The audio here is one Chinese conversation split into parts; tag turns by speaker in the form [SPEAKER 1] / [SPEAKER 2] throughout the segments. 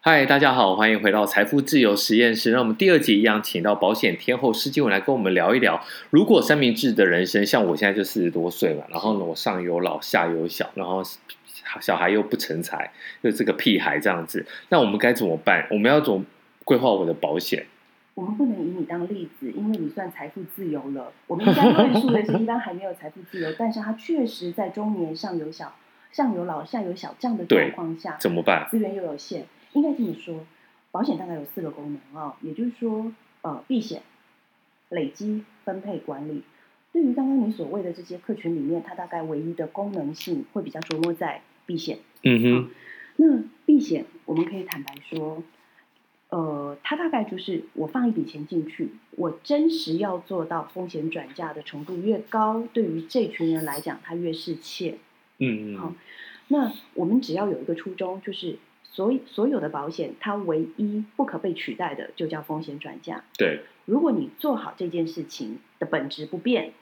[SPEAKER 1] 嗨，大家好，欢迎回到财富自由实验室。那我们第二集一样，请到保险天后施金文来跟我们聊一聊，如果三明治的人生，像我现在就四十多岁嘛，然后呢，我上有老下有小，然后小孩又不成才，又是个屁孩这样子，那我们该怎么办？我们要怎么规划我的保险？
[SPEAKER 2] 我们不能以你当例子，因为你算财富自由了。我们应该论述的是一般还没有财富自由，但是他确实在中年上有小、上有老、下有小这样的状况下，
[SPEAKER 1] 怎么办？
[SPEAKER 2] 资源又有限。应该这么说，保险大概有四个功能哦，也就是说，呃，避险、累积、分配、管理。对于刚刚你所谓的这些客群里面，它大概唯一的功能性会比较着墨在避险。
[SPEAKER 1] 嗯哼，
[SPEAKER 2] 那避险，我们可以坦白说，呃，它大概就是我放一笔钱进去，我真实要做到风险转嫁的程度越高，对于这群人来讲，它越是切。
[SPEAKER 1] 嗯
[SPEAKER 2] 好
[SPEAKER 1] 嗯，
[SPEAKER 2] 那我们只要有一个初衷，就是所以所有的保险，它唯一不可被取代的就叫风险转嫁。
[SPEAKER 1] 对，
[SPEAKER 2] 如果你做好这件事情的本质不变，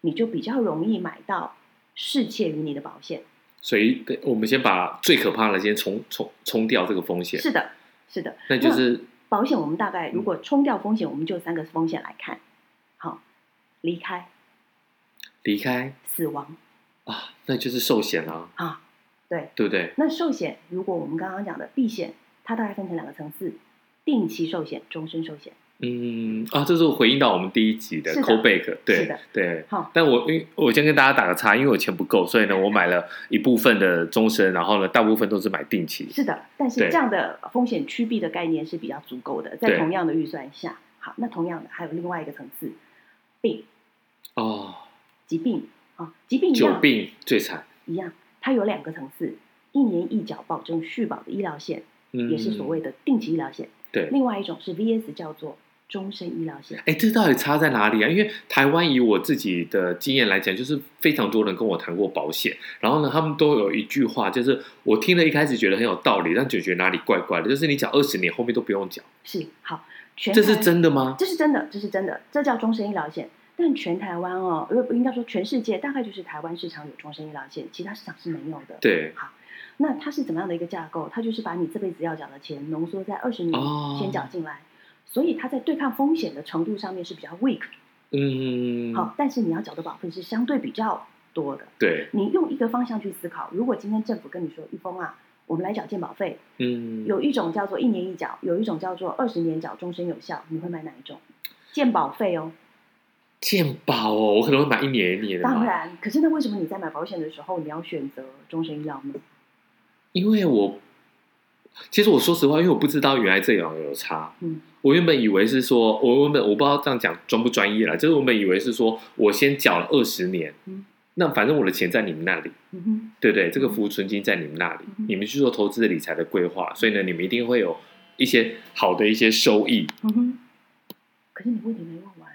[SPEAKER 2] 你就比较容易买到适切于你的保险。
[SPEAKER 1] 所以对我们先把最可怕的先冲冲冲掉这个风险，
[SPEAKER 2] 是的，是的，
[SPEAKER 1] 那就是
[SPEAKER 2] 保险我们大概如
[SPEAKER 1] 嗯
[SPEAKER 2] 果冲掉风险，我们就三个风险来看，好，离开、
[SPEAKER 1] 离开
[SPEAKER 2] 死亡
[SPEAKER 1] 啊，那就是寿险啊，
[SPEAKER 2] 啊，对。
[SPEAKER 1] 对不对？
[SPEAKER 2] 那寿险，如果我们刚刚讲的避险，它大概分成两个层次：定期寿险、终身寿险。
[SPEAKER 1] 嗯啊，这是回应到我们第一集的
[SPEAKER 2] 是的
[SPEAKER 1] call back，
[SPEAKER 2] 是
[SPEAKER 1] 对
[SPEAKER 2] 的
[SPEAKER 1] 对。
[SPEAKER 2] 好，
[SPEAKER 1] 但我因为我先跟大家打个岔，因为我钱不够，所以呢，我买了一部分的终身，然后呢，大部分都是买定期。
[SPEAKER 2] 是的，但是
[SPEAKER 1] 对
[SPEAKER 2] 这样的风险趋避的概念是比较足够的，在
[SPEAKER 1] 对
[SPEAKER 2] 同样的预算下。好，那同样的还有另外一个层次，病、
[SPEAKER 1] 哦，
[SPEAKER 2] 疾病啊，疾病一
[SPEAKER 1] 久
[SPEAKER 2] 样
[SPEAKER 1] 病最惨，
[SPEAKER 2] 一样，它有两个层次：一年一缴保证续保的医疗险，
[SPEAKER 1] 嗯，
[SPEAKER 2] 也是所谓的定期医疗险。
[SPEAKER 1] 对。
[SPEAKER 2] 另外一种是 VS 叫做终身医疗险。
[SPEAKER 1] 哎，这到底差在哪里啊？因为台湾以我自己的经验来讲，就是非常多人跟我谈过保险，然后呢，他们都有一句话，就是我听了一开始觉得很有道理，但就觉得哪里怪怪的，就是你缴二十年，后面都不用缴，
[SPEAKER 2] 是好，全
[SPEAKER 1] 这是
[SPEAKER 2] 台，
[SPEAKER 1] 真的吗？
[SPEAKER 2] 这是真的，这是真的，这叫终身医疗险。但全台湾哦，呃不应该说全世界，大概就是台湾市场有终身医疗险，其他市场是没有的。
[SPEAKER 1] 对，
[SPEAKER 2] 那它是怎么样的一个架构？它就是把你这辈子要缴的钱浓缩在二十年
[SPEAKER 1] 哦
[SPEAKER 2] 嗯先缴进来，所以它在对抗风险的程度上面是比较 weak 的。
[SPEAKER 1] 嗯，
[SPEAKER 2] 好，但是你要缴的保费是相对比较多的。
[SPEAKER 1] 对，
[SPEAKER 2] 你用一个方向去思考，如果今天政府跟你说，玉峰啊，我们来缴健保费，
[SPEAKER 1] 嗯，
[SPEAKER 2] 有一种叫做一年一缴，有一种叫做二十年缴，终身有效。你会买哪一种？健保费哦，
[SPEAKER 1] 健保哦，我可能会买一年一年的嘛，
[SPEAKER 2] 当然。可是那为什么你在买保险的时候，你要选择终身医疗呢？
[SPEAKER 1] 因为我其实我说实话，因为我不知道原来这两个有差。
[SPEAKER 2] 嗯，
[SPEAKER 1] 我原本以为是说，我原本我不知道这样讲专不专业啦，就是我本以为是说我先缴了二十年，
[SPEAKER 2] 嗯
[SPEAKER 1] 那反正我的钱在你们那里，
[SPEAKER 2] 嗯哼，
[SPEAKER 1] 对不对？这个浮存金在你们那里，
[SPEAKER 2] 嗯
[SPEAKER 1] 你们去做投资的理财的规划，所以呢，你们一定会有一些好的一些收益。
[SPEAKER 2] 嗯哼。可是你问题没问完。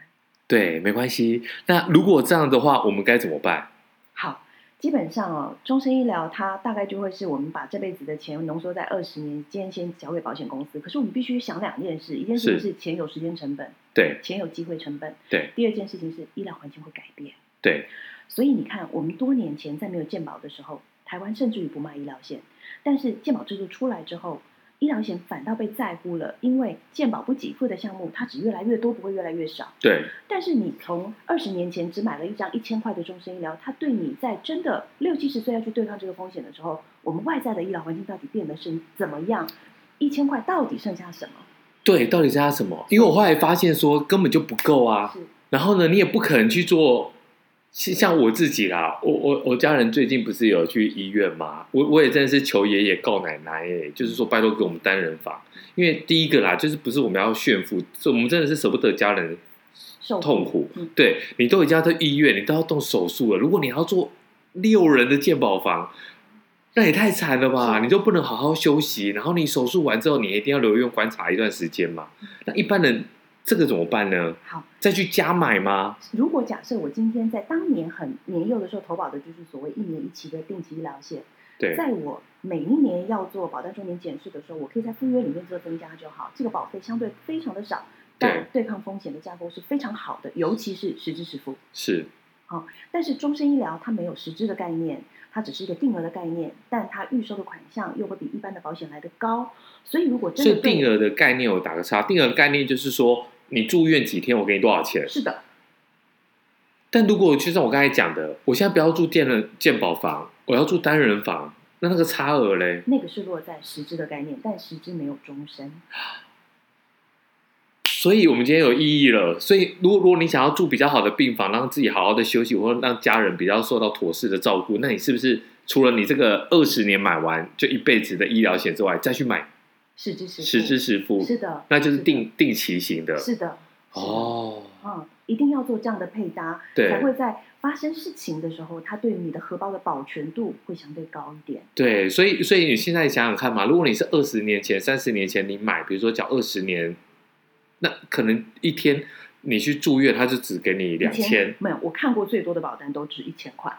[SPEAKER 1] 对，没关系。那如果这样的话，我们该怎么办？
[SPEAKER 2] 好，基本上哦，终身医疗它大概就会是我们把这辈子的钱浓缩在二十年间先交给保险公司。可是我们必须想两件事，一件事情
[SPEAKER 1] 是
[SPEAKER 2] 是钱有时间成本，
[SPEAKER 1] 对
[SPEAKER 2] 钱有机会成本；
[SPEAKER 1] 对
[SPEAKER 2] 第二件事情是医疗环境会改变。
[SPEAKER 1] 对，
[SPEAKER 2] 所以你看，我们多年前在没有健保的时候，台湾甚至于不卖医疗险，但是健保制度出来之后，医疗险反倒被在乎了，因为健保不给付的项目它只越来越多，不会越来越少。
[SPEAKER 1] 对，
[SPEAKER 2] 但是你从二十年前只买了一张一千块的终身医疗，它对你在真的六七十岁要去对抗这个风险的时候，我们外在的医疗环境到底变得是怎么样？一千块到底剩下什么？
[SPEAKER 1] 对，到底是它什么？因为我后来发现说根本就不够啊。
[SPEAKER 2] 是
[SPEAKER 1] 然后呢，你也不可能去做，像像我自己啦，我我我家人最近不是有去医院嘛，我我也真的是求爷爷告奶奶耶，就是说拜托给我们单人房，因为第一个啦，就是不是我们要炫富，是我们真的是舍不得家人
[SPEAKER 2] 受
[SPEAKER 1] 痛苦
[SPEAKER 2] 嗯，
[SPEAKER 1] 对你都已经要在医院，你都要动手术了，如果你要做六人的健保房。那也太惨了吧！
[SPEAKER 2] 是
[SPEAKER 1] 你就不能好好休息，然后你手术完之后，你一定要留院观察一段时间嘛。
[SPEAKER 2] 嗯
[SPEAKER 1] 那一般人这个怎么办呢？
[SPEAKER 2] 好，
[SPEAKER 1] 再去加买吗？
[SPEAKER 2] 如果假设我今天在当年很年幼的时候投保的就是所谓一年一期的定期医疗险，
[SPEAKER 1] 对，
[SPEAKER 2] 在我每一年要做保单周年检视的时候，我可以在附约里面做增加就好，这个保费相对非常的少，但对抗风险的架构是非常好的，尤其是实支实付。
[SPEAKER 1] 是，
[SPEAKER 2] 好，但是终身医疗它没有实质的概念，它只是一个定额的概念，但它预收的款项又会比一般的保险来的高，所以如果真
[SPEAKER 1] 所以
[SPEAKER 2] 的对
[SPEAKER 1] 定额的概念我打个叉，定额的概念就是说你住院几天，我给你多少钱。
[SPEAKER 2] 是的，
[SPEAKER 1] 但如果就像我刚才讲的，我现在不要住健人健保房，我要住单人房，那那个差额嘞？
[SPEAKER 2] 那个是落在实质的概念，但实质没有终身。
[SPEAKER 1] 所以我们今天有意义了。所以如果如果你想要住比较好的病房，让自己好好的休息，或者让家人比较受到妥适的照顾，那你是不是除了你这个二十年买完就一辈子的医疗险之哎外，再去买
[SPEAKER 2] 实质实
[SPEAKER 1] 实支实付？
[SPEAKER 2] 是的，
[SPEAKER 1] 那就是
[SPEAKER 2] 的
[SPEAKER 1] 定定期型的。
[SPEAKER 2] 是的，
[SPEAKER 1] 哦，
[SPEAKER 2] 嗯，一定要做这样的配搭，
[SPEAKER 1] 对
[SPEAKER 2] 才会在发生事情的时候，它对你的荷包的保全度会相对高一点。
[SPEAKER 1] 对，所以所以你现在想想看嘛，如果你是二十年前、三十年前你买，比如说缴二十年，那可能一天你去住院，他就只给你两
[SPEAKER 2] 以前
[SPEAKER 1] 千，
[SPEAKER 2] 没有，我看过最多的保单都值一千块。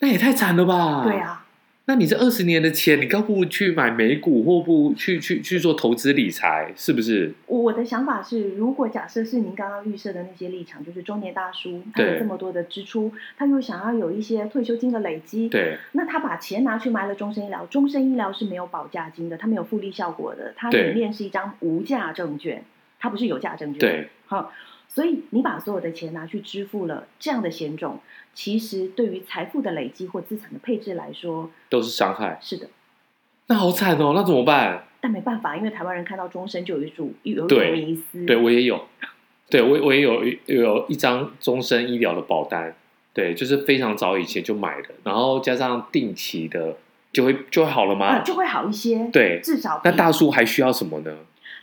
[SPEAKER 1] 那也太惨了吧？
[SPEAKER 2] 对。啊，
[SPEAKER 1] 那你这二十年的钱，你更不如去买美股，或不去去去做投资理财，是不是？
[SPEAKER 2] 我我的想法是，如果假设是您刚刚预设的那些立场，就是中年大叔，他
[SPEAKER 1] 对
[SPEAKER 2] 有这么多的支出，他又想要有一些退休金的累积，，
[SPEAKER 1] 对
[SPEAKER 2] 那他把钱拿去买了终身医疗，终身医疗是没有保价金的，它没有复利效果的，它
[SPEAKER 1] 对
[SPEAKER 2] 里面是一张无价证券，它不是有价证券，，
[SPEAKER 1] 对，
[SPEAKER 2] 好，所以你把所有的钱拿去支付了这样的险种，其实对于财富的累积或资产的配置来说，
[SPEAKER 1] 都是伤害。
[SPEAKER 2] 是的，
[SPEAKER 1] 那好惨哦，那怎么办？
[SPEAKER 2] 但没办法，因为台湾人看到终身就有一种有一
[SPEAKER 1] 对
[SPEAKER 2] 种迷思，
[SPEAKER 1] 对我也有，对我我也有有一张终身医疗的保单，对，就是非常早以前就买的，然后加上定期的，就会就会好了
[SPEAKER 2] 啊、
[SPEAKER 1] 吗？
[SPEAKER 2] 就会好一些，，
[SPEAKER 1] 对，
[SPEAKER 2] 至少
[SPEAKER 1] 那
[SPEAKER 2] 比
[SPEAKER 1] 大叔还需要什么呢？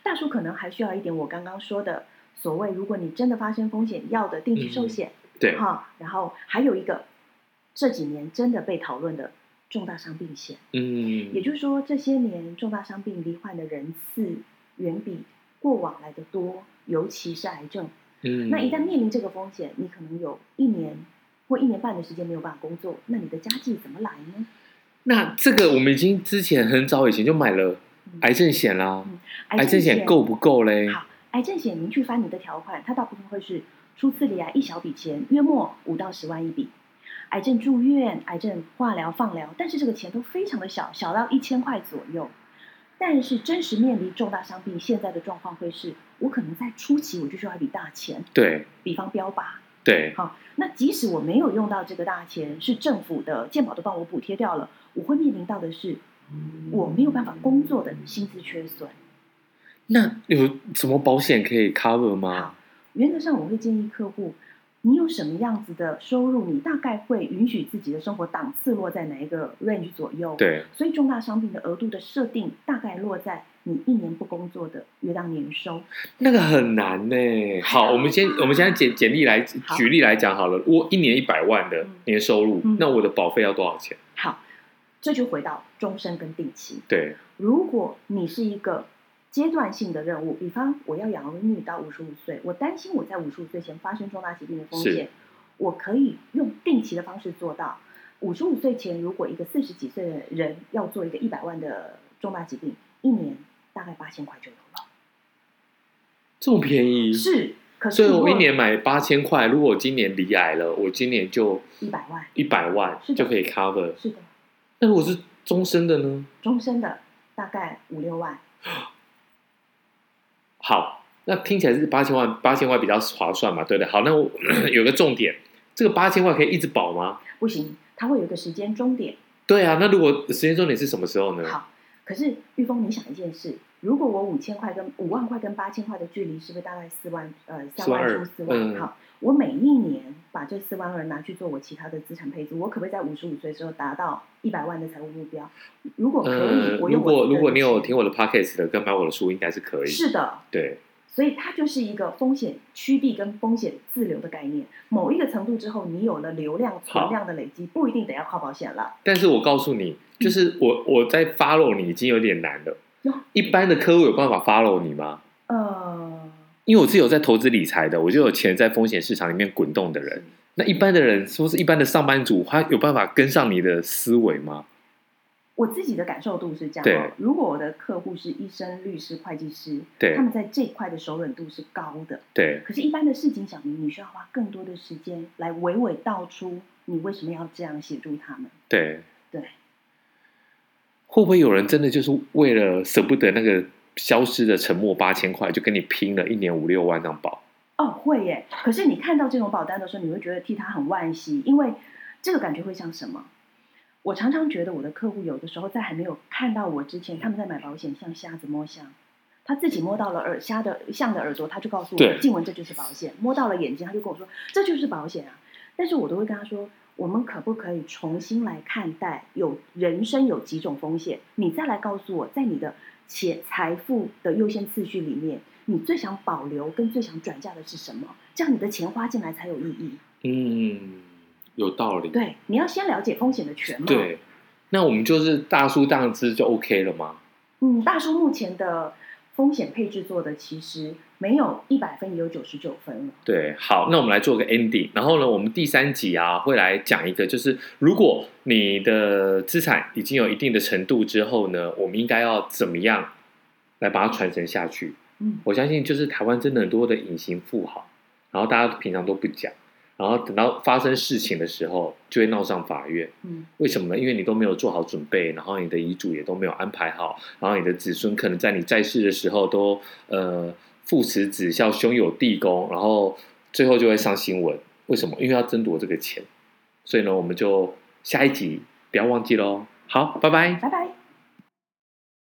[SPEAKER 2] 大叔可能还需要一点我刚刚说的所谓，如果你真的发生风险，要的定期寿险。
[SPEAKER 1] 对，
[SPEAKER 2] 哈，然后还有一个这几年真的被讨论的重大伤病险，
[SPEAKER 1] 嗯，
[SPEAKER 2] 也就是说这些年重大伤病罹患的人次远比过往来的多，尤其是癌症。
[SPEAKER 1] 嗯，
[SPEAKER 2] 那一旦面临这个风险，你可能有一年或一年半的时间没有办法工作，那你的家计怎么来呢？
[SPEAKER 1] 那这个我们已经之前很早以前就买了
[SPEAKER 2] 嗯
[SPEAKER 1] 癌症险啦，
[SPEAKER 2] 嗯
[SPEAKER 1] 癌症险够不？够嘞？
[SPEAKER 2] 好癌症险，您去翻你的条款，它大部分会是初次罹癌啊一小笔钱，约莫五到十万一笔。癌症住院、癌症化疗、放疗，但是这个钱都非常的小，小到一千块左右。但是真实面临重大伤病，现在的状况会是，我可能在初期我就需要一笔大钱，
[SPEAKER 1] 对
[SPEAKER 2] 比方标靶。
[SPEAKER 1] 对，
[SPEAKER 2] 那即使我没有用到这个大钱，是政府的健保都帮我补贴掉了，我会面临到的是，我没有办法工作的薪资缺损。
[SPEAKER 1] 那有什么保险可以 cover 吗
[SPEAKER 2] 好？原则上，我会建议客户，你有什么样子的收入，你大概会允许自己的生活档次落在哪一个 range 左右。，
[SPEAKER 1] 对，
[SPEAKER 2] 所以重大伤病的额度的设定大概落在你一年不工作的约当年收。
[SPEAKER 1] 那个很难呢、好，我们先我们现在简简历来
[SPEAKER 2] 好
[SPEAKER 1] 举例来讲好了，我一年一百万的
[SPEAKER 2] 嗯
[SPEAKER 1] 年收入，
[SPEAKER 2] 嗯
[SPEAKER 1] 那我的保费要多少钱？
[SPEAKER 2] 好，这就回到终身跟定期。
[SPEAKER 1] 对，
[SPEAKER 2] 如果你是一个阶段性的任务，比方我要养儿女到五十五岁，我担心我在五十五岁前发生重大疾病的风
[SPEAKER 1] 是
[SPEAKER 2] 险，我可以用定期的方式做到。五十五岁前，如果一个四十几岁的人要做一个一百万的重大疾病，一年大概八千块就有了。
[SPEAKER 1] 这么便宜，
[SPEAKER 2] 是，可
[SPEAKER 1] 所
[SPEAKER 2] 是
[SPEAKER 1] 以我一年买八千块，如果我今年离癌了，我今年就
[SPEAKER 2] 一百万，
[SPEAKER 1] 一百万
[SPEAKER 2] 是的
[SPEAKER 1] 就可以 cover。
[SPEAKER 2] 是的，
[SPEAKER 1] 那如果是终身的呢？
[SPEAKER 2] 终身的大概五六万，
[SPEAKER 1] 好，那听起来是八千万，八千万比较划算嘛，对不对？好，那我 有个重点，这个八千万可以一直保吗？
[SPEAKER 2] 不行，它会有一个时间终点。
[SPEAKER 1] 对啊，那如果时间重点是什么时候呢？
[SPEAKER 2] 好，可是玉峰，你想一件事，如果我五千块跟五万块跟八千块的距离，是不是大概四万呃三
[SPEAKER 1] 四万
[SPEAKER 2] 万
[SPEAKER 1] 二
[SPEAKER 2] 出四万？
[SPEAKER 1] 嗯
[SPEAKER 2] 好，我每一年把这四万二拿去做我其他的资产配置，我可不可以在五十五岁之后达到一百万的财务目标？如果可以，
[SPEAKER 1] 呃，
[SPEAKER 2] 我
[SPEAKER 1] 如
[SPEAKER 2] 用
[SPEAKER 1] 果
[SPEAKER 2] 我
[SPEAKER 1] 如果你有
[SPEAKER 2] 听
[SPEAKER 1] 听我的 podcast 的，跟买我的书，应该是可以。
[SPEAKER 2] 是的，
[SPEAKER 1] 对，
[SPEAKER 2] 所以它就是一个风险趋避跟风险自留的概念。某一个程度之后，你有了流量存量的累积，不一定得要靠保险了。
[SPEAKER 1] 但是我告诉
[SPEAKER 2] 嗯
[SPEAKER 1] 你，就是我我在 follow 你已经有点难了
[SPEAKER 2] 哟。
[SPEAKER 1] 一般的客户有办法 follow 你吗？
[SPEAKER 2] 呃，
[SPEAKER 1] 因为我自己有在投资理财的，我就有钱在风险市场里面滚动的人。那一般的人，说是一般的上班族，他有办法跟上你的思维吗？
[SPEAKER 2] 我自己的感受度是这样
[SPEAKER 1] 对
[SPEAKER 2] 哦。如果我的客户是医生、律师、会计师，
[SPEAKER 1] 对
[SPEAKER 2] 他们在这一块的熟忍度是高的。
[SPEAKER 1] 对
[SPEAKER 2] 可是，一般的市井小民，你需要花更多的时间来娓娓道出你为什么要这样协助他们。
[SPEAKER 1] 对
[SPEAKER 2] 对，
[SPEAKER 1] 会不会有人真的就是为了舍不得那个消失的沉默八千块，就跟你拼了一年五六万张保？
[SPEAKER 2] 哦，会耶。可是你看到这种保单的时候，你会觉得替他很惋惜，因为这个感觉会像什么？我常常觉得我的客户有的时候在还没有看到我之前，他们在买保险像瞎子摸象，他自己摸到了耳瞎的象的耳朵，他就告诉我
[SPEAKER 1] 对
[SPEAKER 2] 静雯这就是保险；摸到了眼睛，他就跟我说这就是保险啊。但是我都会跟他说，我们可不可以重新来看待有人生有几种风险？你再来告诉我，在你的且财富的优先次序里面，你最想保留跟最想转嫁的是什么？这样你的钱花进来才有意义。
[SPEAKER 1] 嗯，有道理。
[SPEAKER 2] 对，你要先了解风险的全貌。，
[SPEAKER 1] 对，那我们就是大叔大只就 OK 了吗？
[SPEAKER 2] 嗯，大叔目前的风险配置做的其实没有一百分，也有九十九分了。
[SPEAKER 1] 对，好，那我们来做个 ending。然后呢，我们第三集啊会来讲一个，就是如果你的资产已经有一定的程度之后呢，我们应该要怎么样来把它传承下去？
[SPEAKER 2] 嗯，
[SPEAKER 1] 我相信就是台湾真的很多的隐形富豪，然后大家平常都不讲，然后等到发生事情的时候就会闹上法院。
[SPEAKER 2] 嗯，
[SPEAKER 1] 为什么呢？因为你都没有做好准备，然后你的遗嘱也都没有安排好，然后你的子孙可能在你在世的时候都呃父慈子孝、兄友弟恭，然后最后就会上新闻。为什么？因为要争夺这个钱，所以呢，我们就下一集不要忘记喽。好，拜拜。
[SPEAKER 2] 拜拜。